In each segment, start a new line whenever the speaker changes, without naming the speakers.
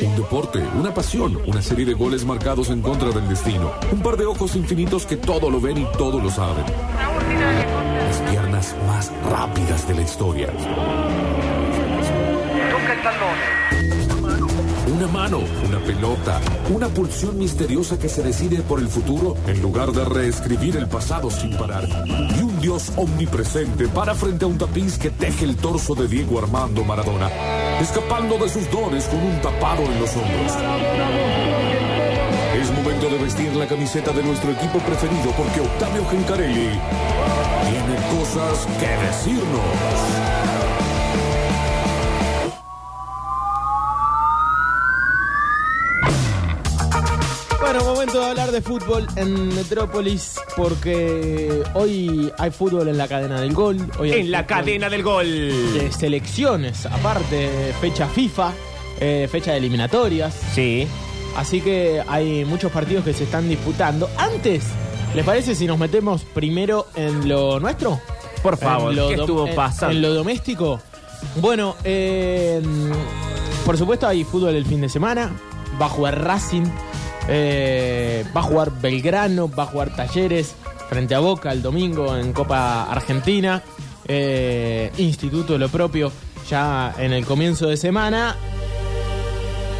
un deporte, una pasión, una serie de goles marcados en contra del destino, un par de ojos infinitos que todo lo ven y todo lo saben. Las piernas más rápidas de la historia. Una mano, una pelota, una pulsión misteriosa que se decide por el futuro en lugar de reescribir el pasado sin parar. Y un dios omnipresente para frente a un tapiz que teje el torso de Diego Armando Maradona, escapando de sus dones con un tapado en los hombros. Es momento de vestir la camiseta de nuestro equipo preferido porque Octavio Gencarelli tiene cosas que decirnos.
Bueno, momento de hablar de fútbol en Metrópolis porque hoy hay fútbol en la cadena del gol. Hoy hay
En la
fútbol
cadena del gol.
de selecciones, aparte fecha FIFA, eh, fecha de eliminatorias.
Sí.
Así que hay muchos partidos que se están disputando. Antes, ¿les parece si nos metemos primero en lo nuestro?
Por favor,
En lo
¿qué
dom-
estuvo
en-
pasando?
En lo doméstico. Bueno, eh, por supuesto hay fútbol el fin de semana. Va a jugar Racing, eh, va a jugar Belgrano, va a jugar Talleres frente a Boca el domingo en Copa Argentina. eh, instituto lo propio ya en el comienzo de semana.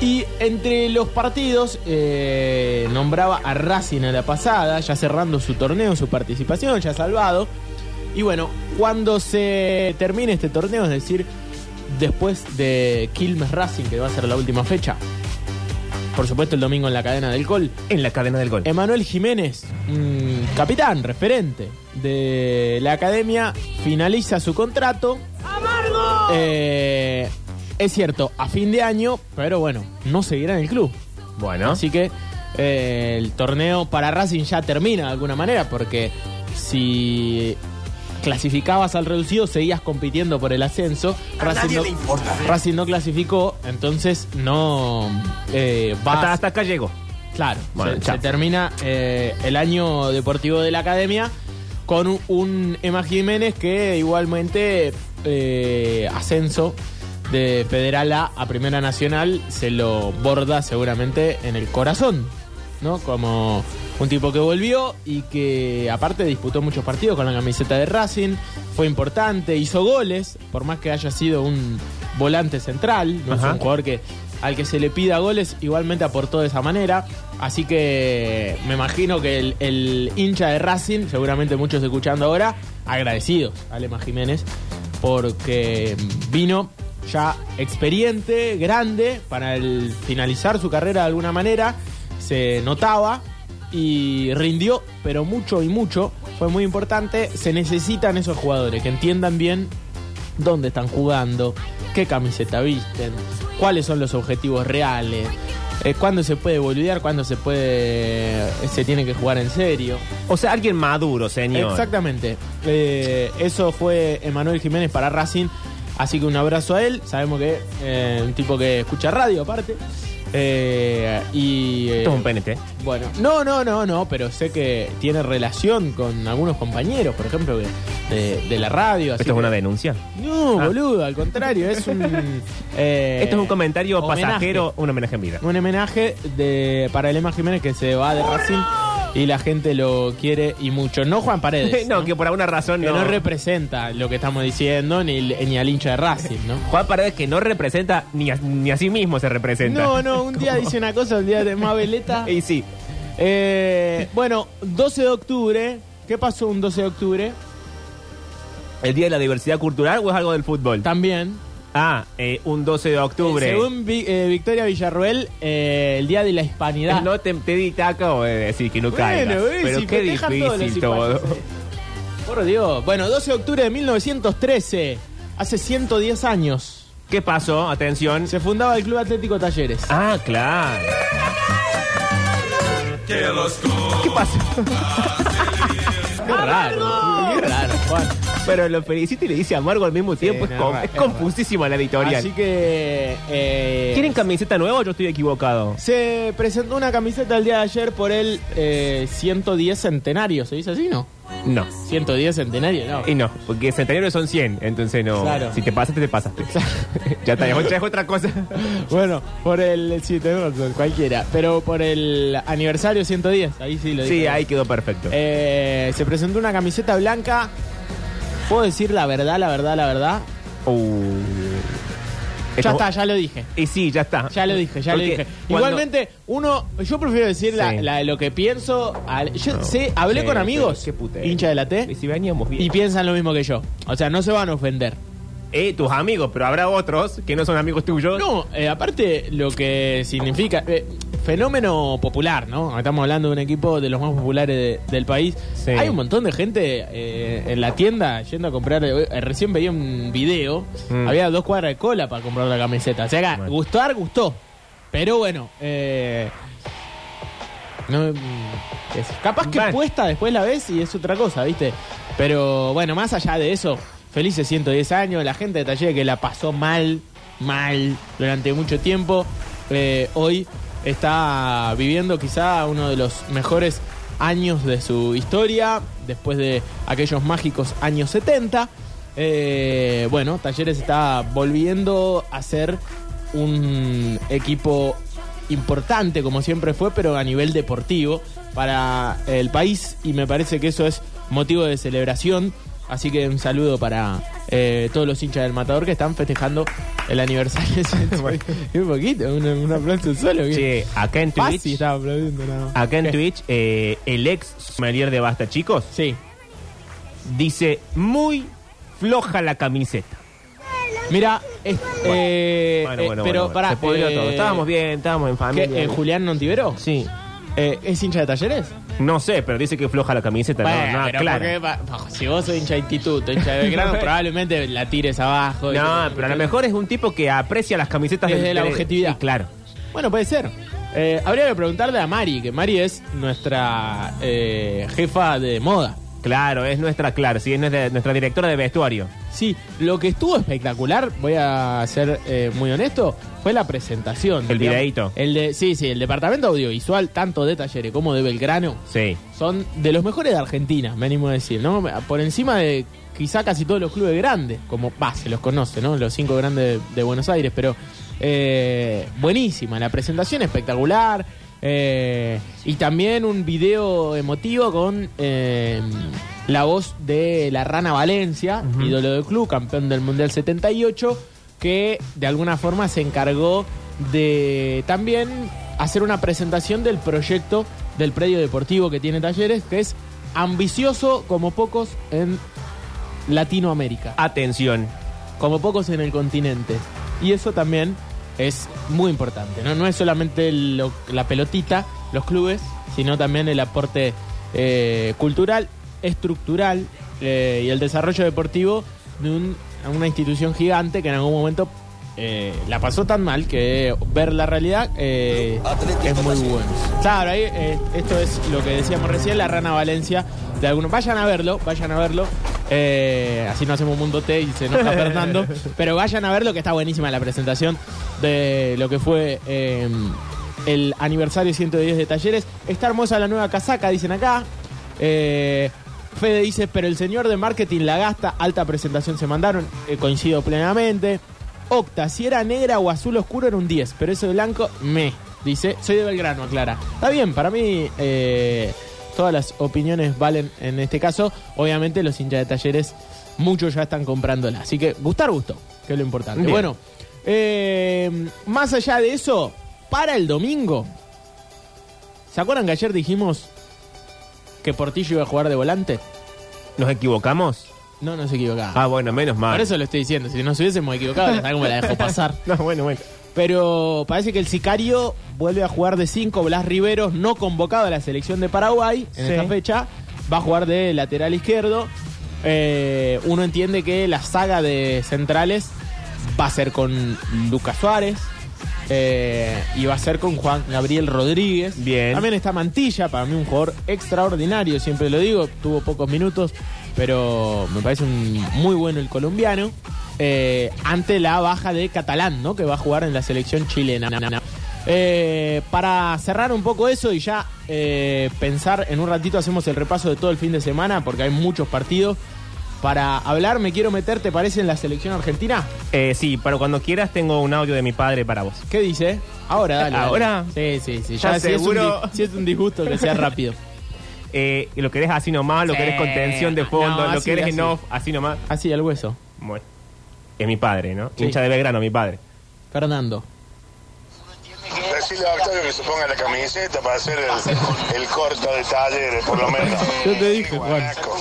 Y entre los partidos eh, nombraba a Racing a la pasada, ya cerrando su torneo, su participación, ya salvado. Y bueno, cuando se termine este torneo, es decir, después de Quilmes Racing, que va a ser la última fecha, por supuesto el domingo en la cadena del Col,
En la cadena del gol.
Emanuel Jiménez, mm, capitán, referente de la academia, finaliza su contrato. Eh, es cierto, a fin de año, pero bueno, no seguirá en el club.
Bueno,
Así que eh, el torneo para Racing ya termina de alguna manera, porque si clasificabas al reducido, seguías compitiendo por el ascenso. Racing, no, Racing no clasificó, entonces no eh, va
hasta, hasta acá llegó.
Claro,
Bueno,
se,
chao.
se termina eh, el año deportivo de la academia con un, un Emma Jiménez que igualmente eh, ascenso de Federal A a Primera Nacional se lo borda seguramente en el corazón, ¿no? Como un tipo que volvió y que aparte disputó muchos partidos con la camiseta de Racing, fue importante, hizo goles, por más que haya sido un volante central, no es
Ajá.
un jugador que al que se le pida goles igualmente aportó de esa manera. Así que me imagino que el, el hincha de Racing, seguramente muchos escuchando ahora, agradecidos a Lema Jiménez porque vino ya experiente, grande, para el finalizar su carrera de alguna manera. Se notaba y rindió, pero mucho y mucho. Fue muy importante. Se necesitan esos jugadores que entiendan bien dónde están jugando, qué camiseta visten, cuáles son los objetivos reales, eh, cuándo se puede boludear, cuándo se puede eh, se tiene que jugar en serio.
O sea, alguien maduro, señor.
Exactamente. Eh, eso fue Emanuel Jiménez para Racing. Así que un abrazo a él. Sabemos que eh, un tipo que escucha radio aparte. Eh, y eh,
Esto es un PNT.
bueno, no, no, no, no, pero sé que tiene relación con algunos compañeros, por ejemplo, de, de- de la radio. así
Esto es una
que-
denuncia.
no,
Ah.
boludo, al contrario, es un. eh,
Esto es un comentario
homenaje.
pasajero, un homenaje en vida.
Un homenaje de, para Elema Jiménez que se va de Racing y la gente lo quiere y mucho. No Juan Paredes.
no, que por alguna razón
que no
no.
representa lo que estamos diciendo ni, el- ni al hincha de Racing, ¿no?
Juan Paredes que no representa ni a, ni a sí mismo se representa.
No, no, un día dice una cosa, un día de más veleta.
Y sí.
Eh, bueno, 12 de octubre. ¿Qué pasó un 12 de octubre?
¿El día de la diversidad cultural o es algo del fútbol?
También.
Ah, eh, un 12 de octubre.
eh, según Vi- eh, Victoria Villarroel, eh, el día de la hispanidad.
No te, te di taca o de decir que no caigas.
eh,
Pero
si
qué
festejan todos los
difícil todo.
hispanos, eh. Por Dios. Bueno, 12 de octubre de 1913, hace 110 años,
¿Qué pasó? Atención.
se fundaba el Club Atlético Talleres.
Ah, claro. ¿Qué pasó?
qué
Ah.
raro, qué raro, Juan.
Pero lo felicita y le dice amargo al mismo tiempo.
no,
es, con-
es
es
raro.
confusísima la editorial.
Así que... eh,
¿Quieren camiseta nueva o yo estoy equivocado?
se presentó una camiseta el día de ayer por el eh, 110 centenario, ¿se dice así, no?
No.
110 centenario, no.
Y no, porque centenario son 100, entonces no.
Claro.
Si te pasaste, te pasaste. ya está, ya es otra cosa.
Bueno, por el. Sí, tenés razón, cualquiera. Pero por el aniversario 110, ahí sí lo dije.
Sí, ahí quedó perfecto.
Eh, se presentó una camiseta blanca. ¿Puedo decir la verdad, la verdad, la verdad?
Uh. Esto-
Ya está, ya lo dije.
Y sí, ya está.
Ya lo dije, ya
Porque
lo dije.
cuando-
Igualmente, uno, yo prefiero decir la,
Sí.
la de lo que pienso. al- yo
No.
sé, hablé
Sí,
con
pero
amigos,
qué putea.
hincha de la
Y
T,
si veníamos bien.
y piensan lo mismo que yo. O sea, no se van a ofender.
Eh, tus amigos, pero habrá otros que no son amigos tuyos.
No, eh, aparte lo que significa eh, fenómeno popular, ¿no? Estamos hablando de un equipo de los más populares de- del país.
Sí.
Hay un montón de gente eh, en la tienda yendo a comprar. eh, eh, recién veía un video,
Mm.
había dos cuadras de cola para comprar la camiseta. O sea, que
Bueno.
gustar gustó, pero bueno. eh, no, mm, es- capaz que
Bueno.
puesta después la ves y es otra cosa, ¿viste? Pero bueno, más allá de eso, felices 110 años, la gente de Talleres que la pasó mal, mal, durante mucho tiempo, eh, hoy está viviendo quizá uno de los mejores años de su historia, después de aquellos mágicos años 70. Eh, bueno, Talleres está volviendo a ser un equipo importante como siempre fue, pero a nivel deportivo para el país y me parece que eso es motivo de celebración. Así que un saludo para eh, todos los hinchas del Matador que están festejando el aniversario. un poquito, un, un aplauso solo. que-
Che, acá en Twitch.
Pazzi estaba aplaudiendo nada más.
Acá en
¿Qué?
Twitch, eh, el ex sommelier de Basta, chicos,
Sí.
dice muy floja la camiseta.
Mira, es- eh, eh, pero
bueno.
pará,
se pudrió
eh,
todo. Estábamos bien, estábamos en
¿qué,
familia.
eh, Julián Nontiveró?
Sí.
Eh, ¿Es hincha de talleres?
No sé, pero dice que floja la camiseta.
Bueno,
no, no,
pero
claro.
porque, pa- pa- si vos sos hincha de instituto, hincha de Belgrano, probablemente la tires abajo. y-
No, pero a lo mejor es un tipo que aprecia las camisetas
Desde
del-
la
de-
objetividad.
Sí, claro.
Bueno, puede ser. Eh, habría que preguntarle a Mari, que Mari es nuestra eh, jefa de moda.
Claro, es nuestra Clar, sí, es nuestra, nuestra directora de vestuario.
Sí, lo que estuvo espectacular, voy a ser eh, muy honesto, fue la presentación.
El
digamos.
videíto.
El de, sí, sí, el departamento audiovisual, tanto de Talleres como de Belgrano,
Sí.
son de los mejores de Argentina, me animo a decir, ¿no? Por encima de quizá casi todos los clubes grandes, como va, se los conoce, ¿no? Los cinco grandes de, de Buenos Aires, pero eh, buenísima, la presentación espectacular. eh, y también un video emotivo con eh, la voz de la Rana Valencia, ídolo del club, campeón del Mundial 78, que de alguna forma se encargó de también hacer una presentación del proyecto del predio deportivo que tiene Talleres, que es ambicioso como pocos en Latinoamérica,
Atención.
como pocos en el continente. Y eso también es muy importante, ¿no? No es solamente lo- la pelotita, los clubes, sino también el aporte eh, cultural, estructural eh, y el desarrollo deportivo de un- una institución gigante que en algún momento eh, la pasó tan mal que ver la realidad eh, es muy bueno. Claro, ahí, eh, esto es lo que decíamos recién, la Rana Valencia. De algunos, vayan a verlo, vayan a verlo. Eh, así no hacemos mundo T y se enoja Fernando. Pero vayan a verlo, que está buenísima la presentación de lo que fue eh, el aniversario 110 de Talleres. Está hermosa la nueva casaca, dicen acá. Eh, Fede dice, pero el señor de marketing la gasta, alta presentación se mandaron, Eh, coincido plenamente. Octa, si era negra o azul oscuro era un 10, pero ese blanco, me, dice, soy de Belgrano, aclara. Está bien, para mí eh, todas las opiniones valen en este caso. Obviamente los hinchas de talleres, muchos ya están comprándola, así que gustar gusto, que es lo importante.
Bien.
Bueno, eh, más allá de eso, para el domingo, ¿se acuerdan que ayer dijimos que Portillo iba a jugar de volante?
¿Nos equivocamos?
No, no se equivocaba.
Ah, bueno, menos mal.
Por eso lo estoy diciendo. Si nos hubiésemos equivocado, ya cómo la dejo pasar.
No, bueno, bueno.
Pero parece que el sicario vuelve a jugar de 5. Blas Riveros, no convocado a la selección de Paraguay en
Sí.
esta fecha, va a jugar de lateral izquierdo. Eh, uno entiende que la saga de centrales va a ser con Lucas Suárez eh, y va a ser con Juan Gabriel Rodríguez.
Bien.
También está Mantilla, para mí un jugador extraordinario, siempre lo digo, tuvo pocos minutos, pero me parece un- muy bueno el colombiano. eh, ante la baja de Catalán, ¿no? Que va a jugar en la selección chilena. Eh, para cerrar un poco eso y ya eh, pensar en un ratito hacemos el repaso de todo el fin de semana porque hay muchos partidos. Para hablar me quiero meter, ¿te parece en la selección argentina?
Eh, sí, pero cuando quieras tengo un audio de mi padre para vos.
¿Qué dice? Ahora, dale. dale.
¿Ahora?
Sí, sí, sí. Ya
¿Estás
si es, un,
seguro?
di- si es un disgusto que sea rápido.
Eh, ¿Lo querés así nomás? ¿Lo
Sí.
querés con tensión de fondo?
No,
¿Lo
así,
querés
así.
en off? Así nomás.
Así, al hueso.
Bueno. Es mi padre, ¿no?
Sí.
Hincha de Belgrano, mi padre.
Fernando.
Decirle a Octavio que se ponga la camiseta para hacer el, el corto de talleres, por lo menos.
Yo te dije, Juan.
Guanaco.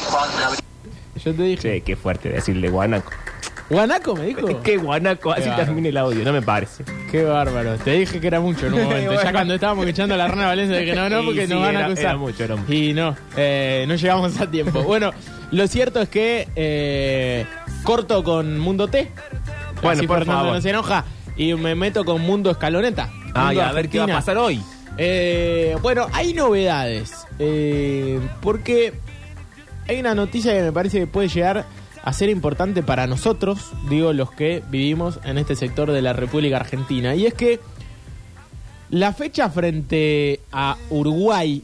Yo te dije.
Che, qué fuerte decirle guanaco.
Guanaco me dijo.
Qué guanaco, así
bárbaro.
termina el audio, no me parece.
Qué bárbaro. Te dije que era mucho en un momento. Ya
Bueno.
cuando estábamos echando a la rana Valencia de que no, no,
Y
porque
sí,
nos van a
era-
acusar.
era mucho, era mucho.
Y no, eh, no llegamos a tiempo. Bueno, lo cierto es que eh, corto con Mundo T.
Bueno,
Así
por
Fernando
favor.
no se enoja. Y me meto con Mundo Escaloneta.
Ay,
Mundo
a ver qué va
Argentina.
a pasar hoy.
Eh, bueno, hay novedades. eh, porque hay una noticia que me parece que puede llegar a ser importante para nosotros, digo, los que vivimos en este sector de la República Argentina. Y es que la fecha frente a Uruguay,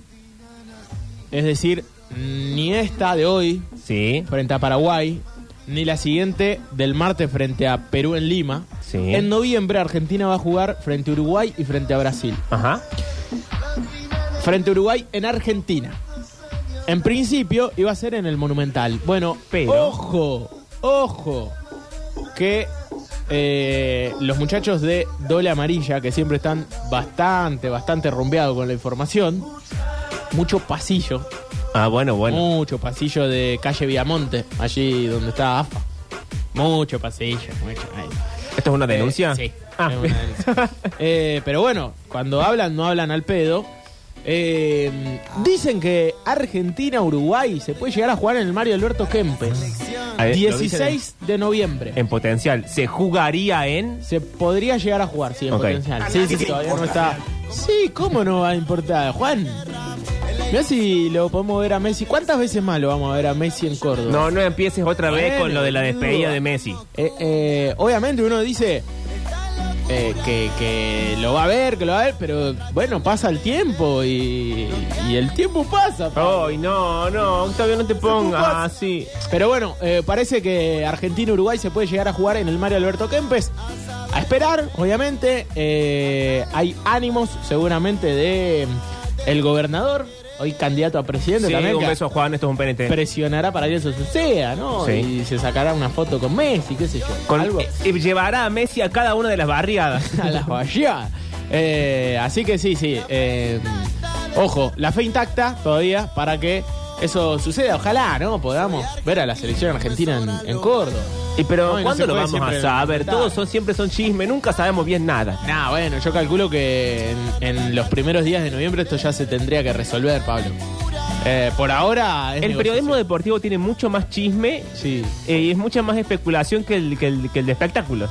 es decir, ni esta de hoy
Sí.
frente a Paraguay, ni la siguiente del martes frente a Perú en Lima,
Sí.
en noviembre Argentina va a jugar frente a Uruguay y frente a Brasil
Ajá.
frente a Uruguay en Argentina. En principio iba a ser en el Monumental. Bueno,
Pero-
ojo, ojo, que eh, los muchachos de Doble Amarilla, que siempre están bastante, bastante rumbeados con la información, mucho pasillo,
Ah, bueno, bueno.
mucho pasillo de calle Viamonte, allí donde está AFA. Mucho pasillo, mucho. ahí.
¿Esto es una denuncia?
Eh, sí.
Ah.
es una denuncia. Eh, pero bueno, cuando hablan, no hablan al pedo. Eh, dicen que Argentina, Uruguay se puede llegar a jugar en el Mario Alberto Kempes.
A ver, lo dicen
16 de noviembre.
En potencial. ¿Se jugaría en...?
Se podría llegar a jugar, sí, en
Ok.
potencial. Sí, sí, todavía no está. Sí, ¿cómo no va a importar? Juan, mira si lo podemos ver a Messi. ¿Cuántas veces más lo vamos a ver a Messi en Córdoba?
No, no empieces otra vez
Bueno,
con lo de la
boludo.
despedida de Messi.
Eh, eh, obviamente uno dice eh, que, que lo va a ver, que lo va a ver, pero bueno, pasa el tiempo y, y el tiempo pasa.
Ay,
pa.
no, no, Octavio, no te pongas así.
Pero bueno, eh, parece que Argentina-Uruguay se puede llegar a jugar en el Mario Alberto Kempes. A esperar, obviamente. eh, hay ánimos seguramente de mm, el gobernador, hoy candidato a presidente
Sí,
también.
un
que-
beso a Juan, esto es un PNT.
Presionará para que eso suceda, ¿no?
Sí.
Y se sacará una foto con Messi, qué sé yo.
Con-
algo.
eh, eh, llevará a Messi a cada una de las barriadas.
a las vallas. Eh, así que sí, sí. eh, ojo, la fe intacta todavía para que eso suceda. Ojalá, ¿no? Podamos ver a la selección argentina en, en Córdoba.
Y
No,
pero
y no
¿cuándo
se
lo
puede
vamos a
siempre
saber?
preguntar.
Todos son siempre son chisme, nunca sabemos bien nada.
Nah, bueno, yo calculo que en, en los primeros días de noviembre esto ya se tendría que resolver, Pablo. Eh, por ahora. es
El periodismo
negociación.
deportivo tiene mucho más chisme
Sí.
eh, y es mucha más especulación que el, que el, que el de espectáculos.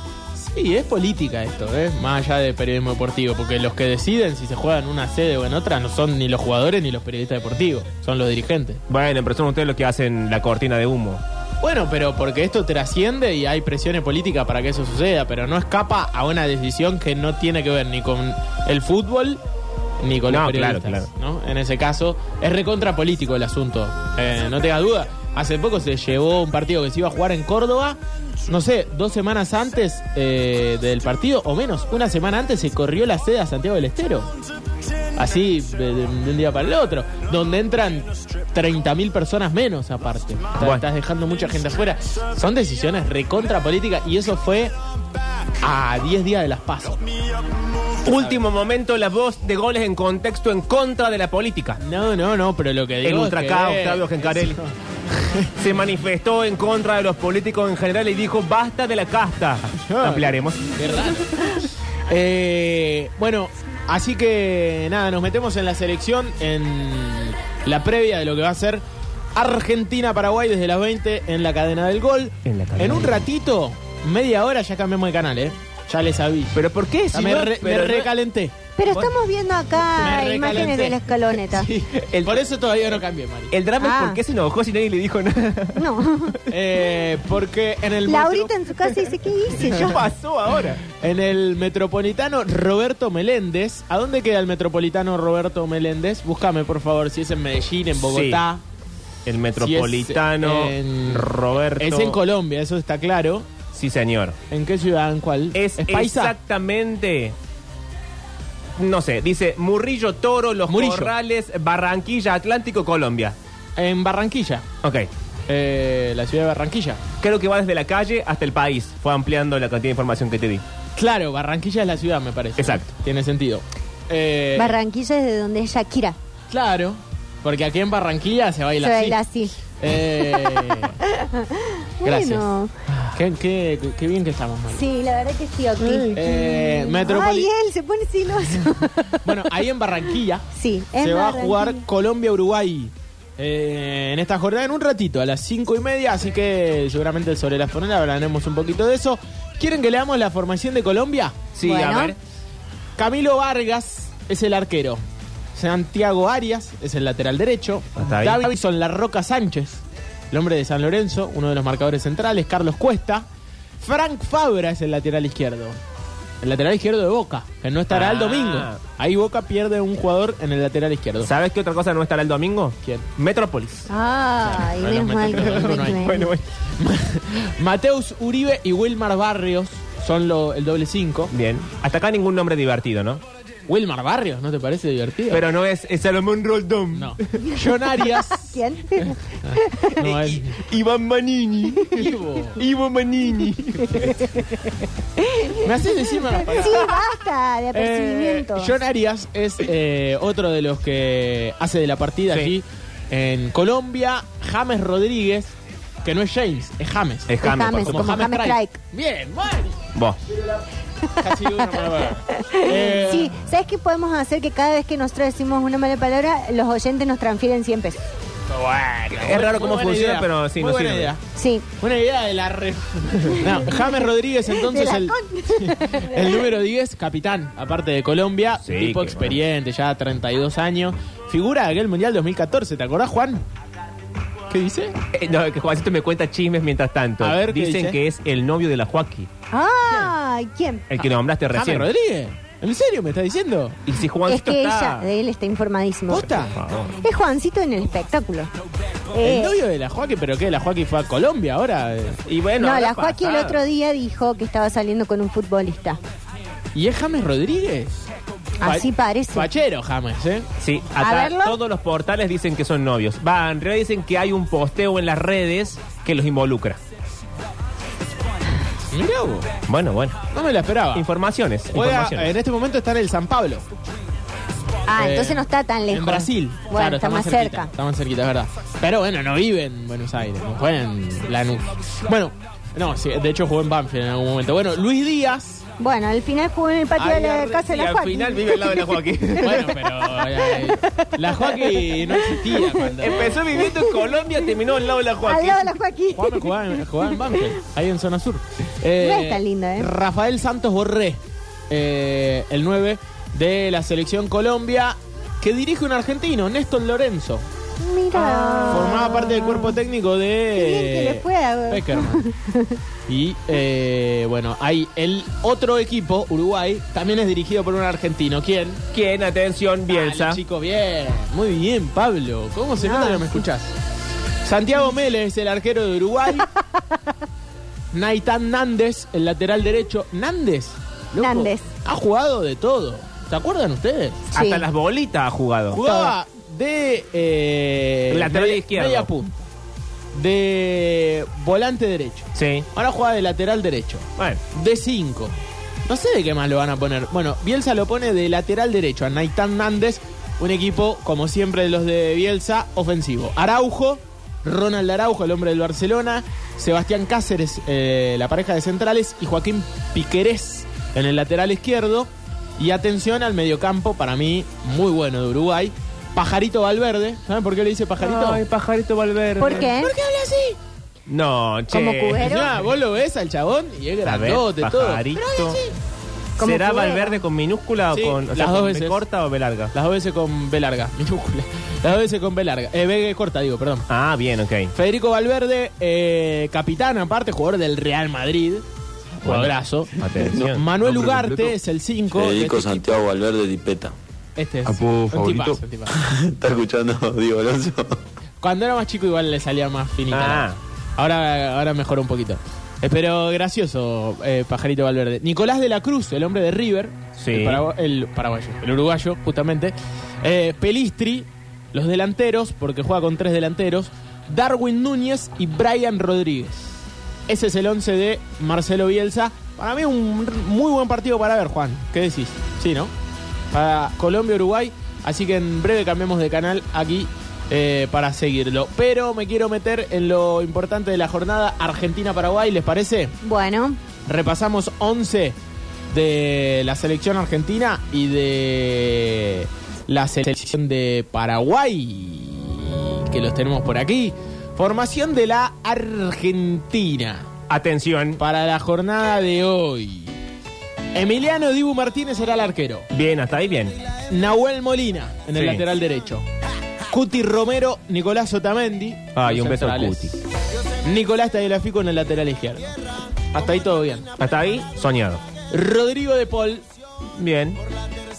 Sí, es política esto, ¿eh? Más allá de periodismo deportivo, porque los que deciden si se juega en una sede o en otra no son ni los jugadores ni los periodistas deportivos, son los dirigentes.
Bueno, pero son ustedes los que hacen la cortina de humo.
Bueno, pero porque esto trasciende y hay presiones políticas para que eso suceda, pero no escapa a una decisión que no tiene que ver ni con el fútbol ni con los
No, claro,
periodistas. ¿no? En ese caso, es recontra político el asunto. Eh, no tengas duda. Hace poco se llevó un partido que se iba a jugar en Córdoba. No sé, dos semanas antes eh, del partido, o menos, una semana antes se corrió la sede a Santiago del Estero. Así, de, de- de un día para el otro. Donde entran 30.000 personas menos, aparte. Está-
Bueno.
Estás dejando mucha gente afuera. Son decisiones recontra políticas y eso fue a 10 días de las pasos.
Último momento, la voz de goles en contexto en contra de la política.
No, no, no, pero lo que digo.
El
es
ultra
que-
K, Octavio Gencarelli. Se manifestó en contra de los políticos en general y dijo basta de la casta. Ampliaremos.
Qué raro. Eh, bueno, así que nada, nos metemos en la selección, en la previa de lo que va a ser Argentina-Paraguay desde las 20 en la cadena del gol.
En la cadena
un
del gol.
ratito, media hora, ya cambiamos de canal, ¿eh? Ya les aviso.
¿Pero por qué? Si
Ya me,
no-
re- me
pero no-
recalenté.
Pero estamos viendo acá
Me
imágenes
recalenté.
de la escaloneta.
Sí, el- por eso todavía no cambié, Mari.
El drama
Ah.
es por qué se enojó si nadie le dijo nada.
No.
Eh, porque en el,
Laurita
metro-
en su casa dice, ¿qué hice yo?
¿Qué pasó ahora?
en el Metropolitano Roberto Meléndez, ¿a dónde queda el Metropolitano Roberto Meléndez? Búscame, por favor, si es en Medellín, en Bogotá.
El metropolitano
Si es en-
Roberto.
Es en Colombia, eso está claro.
Sí, señor.
¿En qué ciudad? ¿En cuál?
Es,
paisa?
exactamente. No sé, dice Murrillo Toro, Los
Murillo.
Corrales, Barranquilla, Atlántico, Colombia.
En Barranquilla.
Ok.
Eh, la ciudad de Barranquilla.
Creo que va desde la calle hasta el país. Fue ampliando la cantidad de información que te di.
Claro, Barranquilla es la ciudad, me parece.
Exacto.
Tiene sentido. Eh,
Barranquilla es de donde es Shakira.
Claro, porque aquí en Barranquilla se
Se
baila así.
baila así.
Eh, gracias.
Bueno,
Qué, qué- qué bien que estamos, Mari.
sí, la verdad que sí, ok.
Eh, Metropoli-
Ay, él se pone siloso.
Bueno, ahí en Barranquilla
sí, es
se va a jugar
Barranquilla.
Colombia-Uruguay eh, en esta jornada en un ratito, a las cinco y media. Así que seguramente sobre las ponelas hablaremos un poquito de eso. ¿Quieren que leamos la formación de Colombia?
Sí,
Bueno.
a ver.
Camilo Vargas es el arquero. Santiago Arias es el lateral derecho.
Hasta ahí.
Davidson La Roca Sánchez, el hombre de San Lorenzo, uno de los marcadores centrales. Carlos Cuesta. Frank Fabra es el lateral izquierdo. El lateral izquierdo de Boca, que no estará el
Ah.
domingo. Ahí Boca pierde un jugador en el lateral izquierdo.
¿Sabes qué otra cosa no estará el domingo?
¿Quién?
Metrópolis.
Ay,
Bueno,
menos mal que
Metro-
no me
no hay.
creen.
Bueno, bueno.
Mateus Uribe y Wilmar Barrios son lo- el doble 5.
Bien. Hasta acá ningún nombre divertido, ¿no?
Wilmar Barrios, ¿no te parece divertido?
Pero no es, es Salomón Roldón.
no. John Arias.
¿Quién?
no es-
I- Iván Manini.
Ivo.
Ivo Manini.
Me haces decirme las palabras.
Sí, basta de apercibimiento.
Eh, John Arias es eh, otro de los que hace de la partida
Sí.
allí en Colombia. James Rodríguez, que no es James, es James.
Es James, por
James,
supuesto.
como James
Craig.
Craig.
Bien, bueno.
Vos.
Casi una mala palabra. Eh,
Sí, ¿sabes qué podemos hacer? Que cada vez que nosotros decimos una mala palabra, los oyentes nos transfieren 100 pesos.
Es raro cómo
Muy buena
funciona,
idea.
pero sí,
Muy
no
buena
sirve.
idea.
Sí.
Buena idea de la re... No, James Rodríguez entonces
De la
el,
con-
el número 10, capitán, aparte de Colombia,
Sí,
tipo
qué
experiente, ya 32 años, figura de aquel Mundial 2014, ¿te acordás Juan? ¿Qué dice?
Eh, no, que Juancito me cuenta chismes mientras tanto.
A ver, ¿qué
Dicen
dice?
que es el novio de la Joaquín,
Ah, ¿quién?
el que nombraste
James
recién.
Rodríguez. ¿En serio me está diciendo?
Y si
Es
Juancito
que
está...
ella, de él está informadísimo.
¿Posta?
Por favor.
Es Juancito en el espectáculo.
El
Eh,
novio de la Joaquín, pero qué, la Joaquín fue a Colombia ahora. eh.
Y bueno,
no,
habrá
la Joaquín el
pasado.
otro día dijo que estaba saliendo con un futbolista.
¿Y es James Rodríguez?
Así
Pa-
parece.
Fachero James, ¿eh?
Sí,
A
acá
verlo.
todos los portales dicen que son novios. Va, en realidad dicen que hay un posteo en las redes que los involucra.
Mirá vos,
Bueno, bueno.
no me la
Ah.
esperaba.
Informaciones,
Juega,
informaciones.
en este momento está en el San Pablo.
Ah,
Eh,
entonces no está tan lejos.
En Brasil.
Bueno,
claro,
está, más
cerquita,
cerca.
Está más cerquita, es verdad. Pero bueno, no vive en Buenos Aires, no juega en Lanús. Bueno, no, sí, de hecho jugó en Banfield en algún momento. Bueno, Luis Díaz.
Bueno, al final jugó en el patio de la
Ay,
casa de
y
la
al
Joaquín.
final vive al lado de la Joaquín.
Bueno, pero eh, la Joaquín no existía cuando.
eh, Empezó viviendo en Colombia, terminó al lado de la Joaquín.
Al lado de la Joaquín.
Jugaba, jugaba en- jugaba en Banfield, ahí en zona sur.
No es tan linda, ¿eh?
Rafael Santos Borré, eh, el 9 de la selección Colombia, que dirige un argentino, Néstor Lorenzo.
Mira.
Formaba parte del cuerpo técnico de.
Qué bien que le fue a-
Peckerman. Y eh, bueno, hay el otro equipo, Uruguay, también es dirigido por un argentino. ¿Quién?
¿Quién? Atención, Bielsa.
Dale, chico, bien. Muy bien, Pablo. ¿Cómo se nota que me escuchas? Santiago Mélez, el arquero de Uruguay. Naitán Nández, el lateral derecho. Nández. loco,
Nández.
Ha jugado de todo. ¿Se acuerdan ustedes?
Hasta
Sí.
las bolitas ha jugado.
Jugaba de eh,
Lateral
media-
izquierdo.
media punta. De volante derecho.
Sí.
Ahora juega de lateral derecho.
Bueno,
De 5. No sé de qué más lo van a poner. Bueno, Bielsa lo pone de lateral derecho a Naitán Nández. Un equipo, como siempre, de los de Bielsa, ofensivo. Araujo, Ronald Araujo, el hombre del Barcelona. Sebastián Cáceres, eh, la pareja de centrales. Y Joaquín Piquerés en el lateral izquierdo. Y atención al mediocampo, para mí, muy bueno de Uruguay. Pajarito Valverde. ¿Saben por qué le dice pajarito?
Ay, pajarito Valverde.
¿Por qué?
habla así?
No, che.
Como cubero.
Ya, vos lo ves al chabón y es
A ver,
grandote, todo.
pajarito.
Como
¿Será
pudiera.
Valverde con minúscula
Sí,
o con. O
las
sea,
dos
con B
veces.
corta o B larga?
Las dos veces con B larga, minúscula. Las dos veces con B larga. Eh, B corta, digo, perdón.
Ah, bien, ok.
Federico Valverde, eh, capitán aparte, jugador del Real Madrid. Jugadorazo.
Atención.
Manuel
Nombre
Ugarte
completo.
es el 5.
Federico Santiago Valverde Dipeta.
Este es.
Apodo
un
favorito.
tipazo, un tipazo.
¿Está escuchando Diego Alonso?
Cuando era más chico igual le salía más finita.
Ah.
la- Ahora, ahora mejoró un poquito. Eh, Pero gracioso, eh, Pajarito Valverde. Nicolás de la Cruz, el hombre de River,
Sí.
el, paragua- el paraguayo, el uruguayo, justamente. Eh, Pelistri, los delanteros, porque juega con tres delanteros. Darwin Núñez y Brian Rodríguez. Ese es el 11 de Marcelo Bielsa. Para mí un muy buen partido para ver, Juan. ¿Qué decís? Sí, ¿no? Para Colombia-Uruguay. Así que en breve cambiamos de canal aquí eh, para seguirlo. Pero me quiero meter en lo importante de la jornada Argentina-Paraguay, ¿les parece?
Bueno,
Repasamos 11 de la selección argentina y de la selección de Paraguay, que los tenemos por aquí. Formación de la Argentina
Atención.
para la jornada de hoy. Emiliano Dibu Martínez será el arquero.
Bien, hasta ahí bien.
Nahuel Molina en el
Sí.
lateral derecho. Cuti Romero, Nicolás Otamendi.
Ah, y
los
un beso al
centrales.
Cuti.
Nicolás Tagliafico en el lateral izquierdo. Hasta ahí todo bien.
Hasta ahí, soñado.
Rodrigo de Paul,
Bien.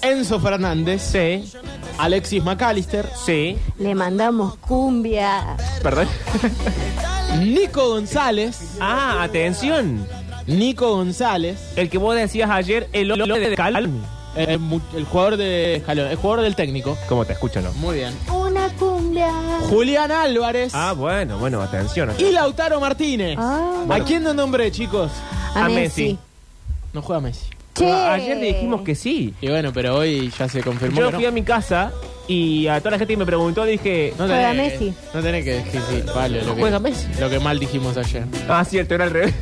Enzo Fernández,
Sí.
Alexis McAllister,
Sí.
le mandamos cumbia.
Perdón.
Nico González,
Ah, atención.
Nico González,
El que vos decías ayer, el hombre de Calón.
eh, mu- el jugador de Escalón, el jugador del técnico.
¿Cómo te escucho, no?
Muy bien.
Una cumbia.
Julián Álvarez
Ah, bueno, bueno, atención.
y Lautaro Martínez.
Ah.
¿A quién no nombré, chicos?
A,
A
Messi.
Messi.
No juega Messi.
Che.
Ayer le dijimos que sí.
Y bueno, pero hoy ya se confirmó.
Yo
que no.
fui a mi casa y a toda la gente que me preguntó dije,
No
Juega
tenés,
Messi.
No tenés que decir, sí, Pablo, lo que,
Juega Messi.
lo que mal dijimos ayer.
ah, cierto, era al revés.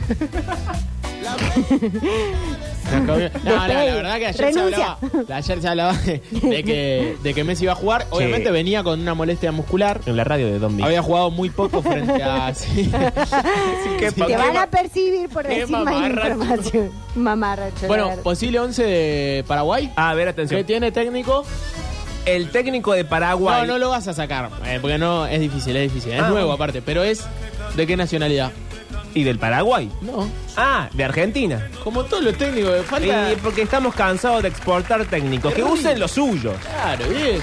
Nos comió- No, no, la
Ey,
verdad que ayer
renuncia.
se hablaba, la- ayer se hablaba de, de que, de que Messi iba a jugar. Obviamente
Sí.
venía con una molestia muscular.
En la radio de Don
Había jugado muy poco frente a... sí.
¿Qué
Te van a percibir por
qué
decir más
mamarracho.
información. Mamarracho.
Bueno, pues,
de verdad.
posible 11 de Paraguay.
A ver,
Que
atención.
tiene técnico.
El técnico de Paraguay.
No, no lo vas a sacar. eh, porque no, es difícil, es difícil. Es
Ah,
nuevo
bueno.
aparte. Pero es... ¿De qué nacionalidad?
Y del Paraguay.
No.
Ah, de Argentina.
Como todos los técnicos. Falta...
Y porque estamos cansados de exportar técnicos. Que
Qué
usen
rico.
los suyos.
Claro, viejo.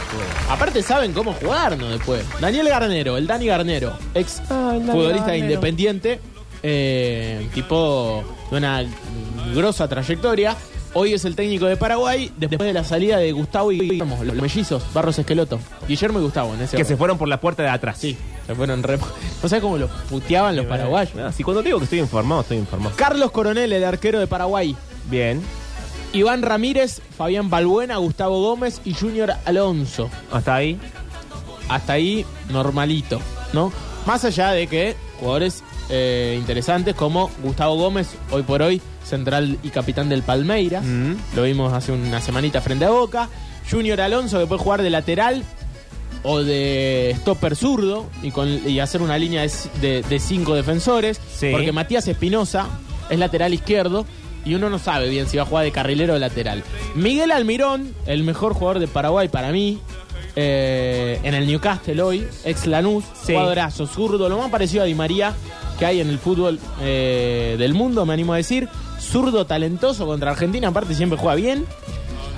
Aparte saben cómo jugarnos después. Daniel Garnero, el Dani Garnero, ex futbolista de independiente, eh, tipo de una grosa trayectoria. Hoy es el técnico de Paraguay, después de la salida de Gustavo y Guillermo, los mellizos, Barros Esqueloto. Guillermo y Gustavo, en ese
Que se
orden.
fueron por la puerta de atrás.
Sí, se fueron re... No sabes cómo los puteaban los paraguayos.
Así Ah, cuando te digo que estoy informado, estoy informado.
Carlos Coronel, el arquero de Paraguay.
Bien.
Iván Ramírez, Fabián Balbuena, Gustavo Gómez y Junior Alonso.
Hasta ahí.
hasta ahí normalito, ¿no? Más allá de que jugadores eh, interesantes como Gustavo Gómez, hoy por hoy, central y capitán del Palmeiras,
Mm.
lo vimos hace una semanita frente a Boca, Junior Alonso que puede jugar de lateral o de stopper zurdo y, con- y hacer una línea de, c- de- de cinco defensores,
Sí.
porque Matías Espinosa es lateral izquierdo. Y uno no sabe bien si va a jugar de carrilero o lateral. Miguel Almirón, el mejor jugador de Paraguay para mí, eh, en el Newcastle hoy, ex Lanús,
Sí.
cuadrazo, zurdo, lo más parecido a Di María que hay en el fútbol eh, del mundo, me animo a decir. Zurdo talentoso contra Argentina, aparte siempre juega bien.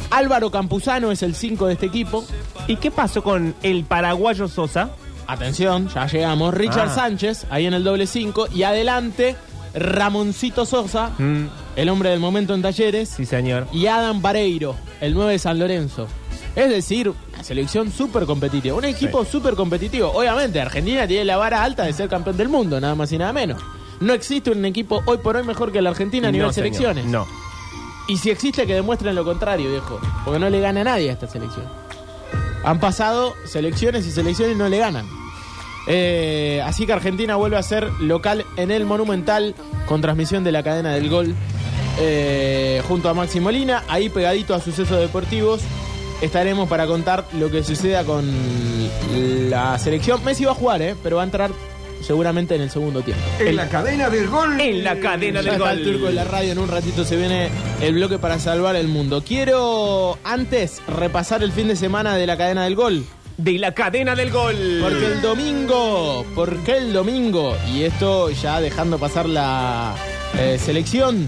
Álvaro Campuzano es el 5 de este equipo.
¿Y qué pasó con el paraguayo Sosa?
Atención, ya llegamos. Richard
Ah.
Sánchez, ahí en el doble 5. Y adelante, Ramoncito Sosa,
Mm,
el hombre del momento en talleres.
Sí, señor.
y Adam Vareiro, el 9 de San Lorenzo. Es decir, una selección súper competitiva, un equipo súper competitivo. Obviamente, Argentina tiene la vara alta de ser campeón del mundo, nada más y nada menos. No existe un equipo hoy por hoy mejor que la Argentina a nivel
No, señor.
selecciones.
No.
Y si existe, que demuestren lo contrario, viejo. Porque no le gana nadie a esta selección. Han pasado selecciones y selecciones y no le ganan. Eh, así que Argentina vuelve a ser local en el Monumental con transmisión de la cadena del gol eh, junto a Maxi Molina. Ahí pegadito a sucesos deportivos estaremos para contar lo que suceda con la selección. Messi va a jugar, eh, pero va a entrar seguramente en el segundo tiempo.
En la cadena del gol.
En la cadena
Ya
del
está el turco de la
gol.
radio, en un ratito se viene el bloque para salvar el mundo. Quiero antes repasar el fin de semana de la cadena del gol.
De la cadena del gol.
Porque el domingo, porque el domingo, y esto ya dejando pasar la eh, selección,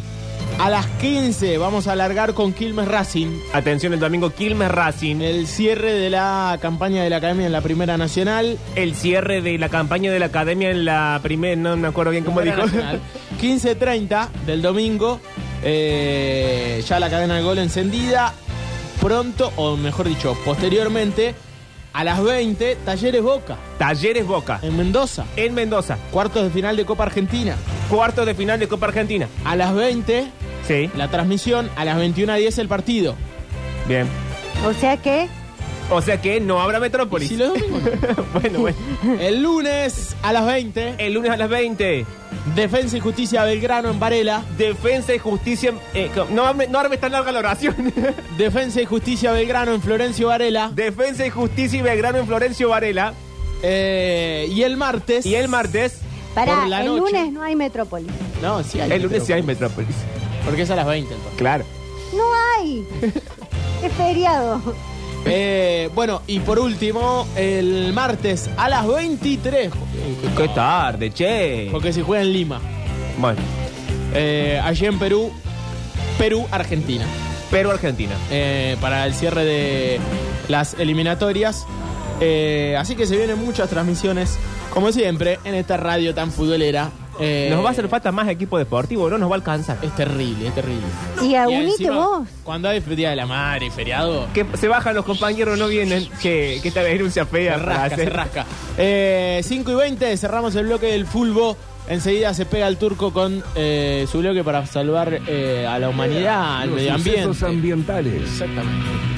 a las 15 vamos a alargar con Quilmes Racing
Atención, el domingo Quilmes Racing.
el cierre de la campaña de la Academia en la Primera Nacional.
El cierre de la campaña de la academia en la primera. No me acuerdo bien cómo
Primera
dijo.
Nacional. 15.30 del domingo, eh, ya la cadena de gol encendida, pronto, o mejor dicho, posteriormente, a las 20, Talleres Boca,
Talleres Boca.
en Mendoza,
En Mendoza.
cuartos de final de Copa Argentina.
Cuartos de final de Copa Argentina.
A las 20,
Sí,
la transmisión, a las 21.10 el partido.
bien.
O sea que
O sea que no habrá Metrópolis.
Si lo domingo.
bueno, bueno.
El lunes a las 20,
El lunes a las 20.
Defensa y Justicia Belgrano en Varela.
Defensa y justicia. eh, no, arme- no armes tan larga la oración.
Defensa y Justicia Belgrano en Florencio Varela.
Defensa y justicia y Belgrano en Florencio Varela.
Eh, y el martes.
Y el martes.
para
Por la
el
noche.
lunes no hay Metrópolis.
No, sí hay.
El lunes sí hay
Metrópolis,
Metrópolis.
Porque es a las 20 el partido.
Claro.
No hay. es feriado.
Eh, bueno, y por último, el martes a las 23.
Qué tarde, che.
Porque se juega en Lima.
Bueno,
Eh, allí en Perú. Perú, Argentina.
Perú, Argentina.
eh, para el cierre de las eliminatorias. Eh, así que se vienen muchas transmisiones, como siempre, en esta radio tan futbolera. Eh,
Nos va a hacer falta más equipo deportivo, no nos va a alcanzar.
Es terrible, es terrible.
Y a
Y
unite
encima,
vos.
Cuando hay Día de la Madre y feriado,
Que se bajan los compañeros, no vienen. Que, que esta denuncia fea.
se rasca, se rasca. Eh, 5 y 20, cerramos el bloque del fulbo. Enseguida se pega el turco con eh, su bloque para salvar eh, a la humanidad, al
Los
medio ambiente.
sucesos ambientales.
Exactamente.